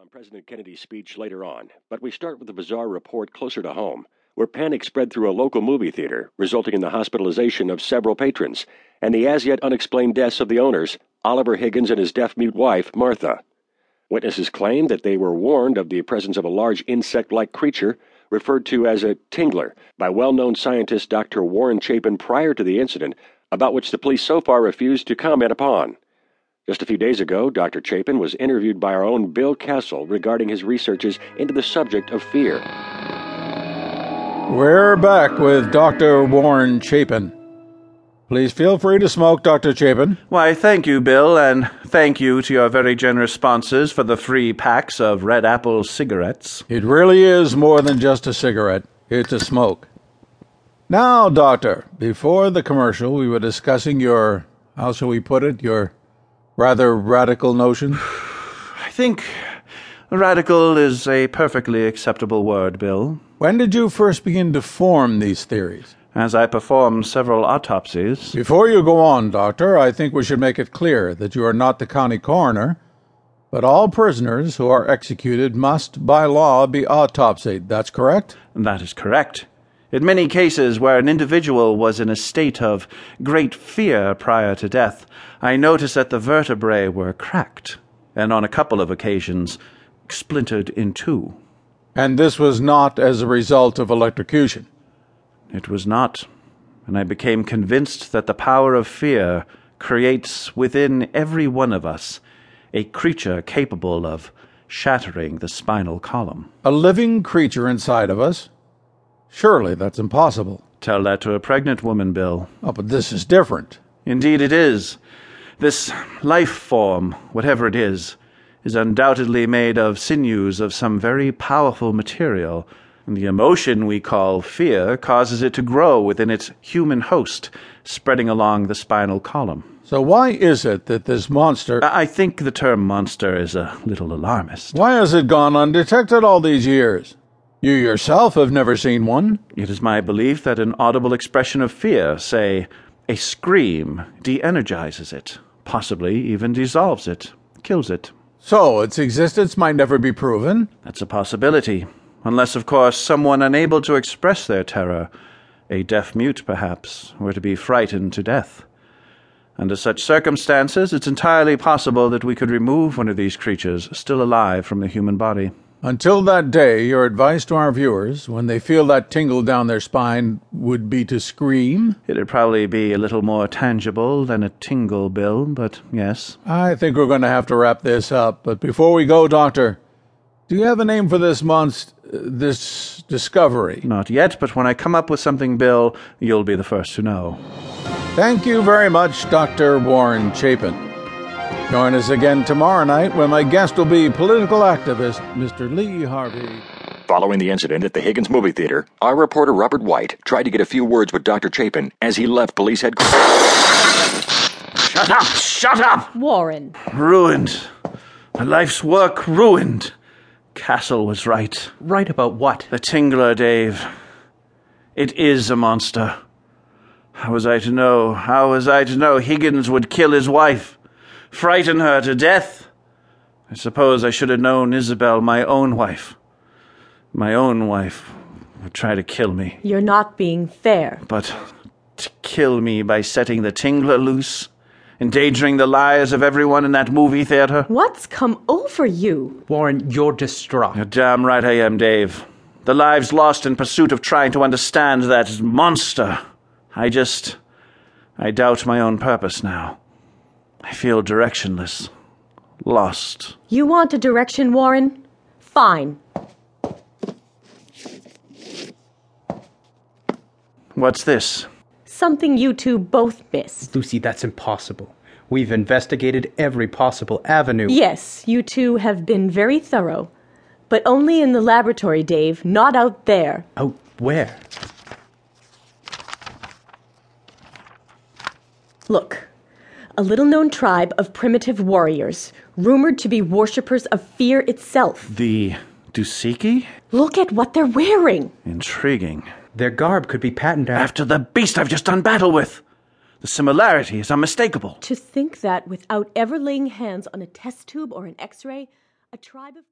on President Kennedy's speech later on, but we start with a bizarre report closer to home, where panic spread through a local movie theater, resulting in the hospitalization of several patrons and the as yet unexplained deaths of the owners, Oliver Higgins and his deaf mute wife, Martha. Witnesses claim that they were warned of the presence of a large insect like creature, referred to as a tingler, by well known scientist Dr. Warren Chapin prior to the incident, about which the police so far refused to comment upon. Just a few days ago, Dr. Chapin was interviewed by our own Bill Castle regarding his researches into the subject of fear. We're back with Dr. Warren Chapin. Please feel free to smoke, Dr. Chapin. Why, thank you, Bill, and thank you to your very generous sponsors for the free packs of Red Apple cigarettes. It really is more than just a cigarette, it's a smoke. Now, Doctor, before the commercial, we were discussing your, how shall we put it, your rather radical notion? I think radical is a perfectly acceptable word, Bill. When did you first begin to form these theories? As I perform several autopsies, Before you go on, Doctor, I think we should make it clear that you are not the county coroner, but all prisoners who are executed must, by law, be autopsied. That's correct? that is correct. In many cases where an individual was in a state of great fear prior to death, I noticed that the vertebrae were cracked, and on a couple of occasions, splintered in two. And this was not as a result of electrocution. It was not, and I became convinced that the power of fear creates within every one of us a creature capable of shattering the spinal column. A living creature inside of us? Surely that's impossible. Tell that to a pregnant woman, Bill. Oh, but this is different. Indeed, it is. This life form, whatever it is, is undoubtedly made of sinews of some very powerful material, and the emotion we call fear causes it to grow within its human host, spreading along the spinal column. So why is it that this monster. I I think the term monster is a little alarmist. Why has it gone undetected all these years? You yourself have never seen one. It is my belief that an audible expression of fear, say, a scream, de energizes it, possibly even dissolves it, kills it. So its existence might never be proven. That's a possibility. Unless, of course, someone unable to express their terror, a deaf mute perhaps, were to be frightened to death. Under such circumstances, it's entirely possible that we could remove one of these creatures still alive from the human body. Until that day, your advice to our viewers, when they feel that tingle down their spine, would be to scream? It'd probably be a little more tangible than a tingle, Bill, but yes. I think we're going to have to wrap this up, but before we go, Doctor, do you have a name for this monst- this discovery? Not yet, but when I come up with something, Bill, you'll be the first to know. Thank you very much, Dr. Warren Chapin. Join us again tomorrow night when my guest will be political activist Mr. Lee Harvey. Following the incident at the Higgins movie theater, our reporter Robert White tried to get a few words with Dr. Chapin as he left police headquarters. Shut up! Shut up! Warren. Ruined. My life's work ruined. Castle was right. Right about what? The Tingler, Dave. It is a monster. How was I to know? How was I to know Higgins would kill his wife? Frighten her to death? I suppose I should have known Isabel, my own wife. My own wife would try to kill me. You're not being fair. But to kill me by setting the Tingler loose? Endangering the lives of everyone in that movie theater? What's come over you? Warren, you're distraught. You're damn right I am, Dave. The lives lost in pursuit of trying to understand that monster. I just. I doubt my own purpose now. I feel directionless. Lost. You want a direction, Warren? Fine. What's this? Something you two both missed. Lucy, that's impossible. We've investigated every possible avenue. Yes, you two have been very thorough. But only in the laboratory, Dave, not out there. Out Oh, where? Look, a little known tribe of primitive warriors, rumored to be worshippers of fear itself. The Dusiki? Look at what they're wearing. Intriguing. Their garb could be patterned after. After the beast I've just done battle with! The similarity is unmistakable. To think that without ever laying hands on a test tube or an x ray, a tribe of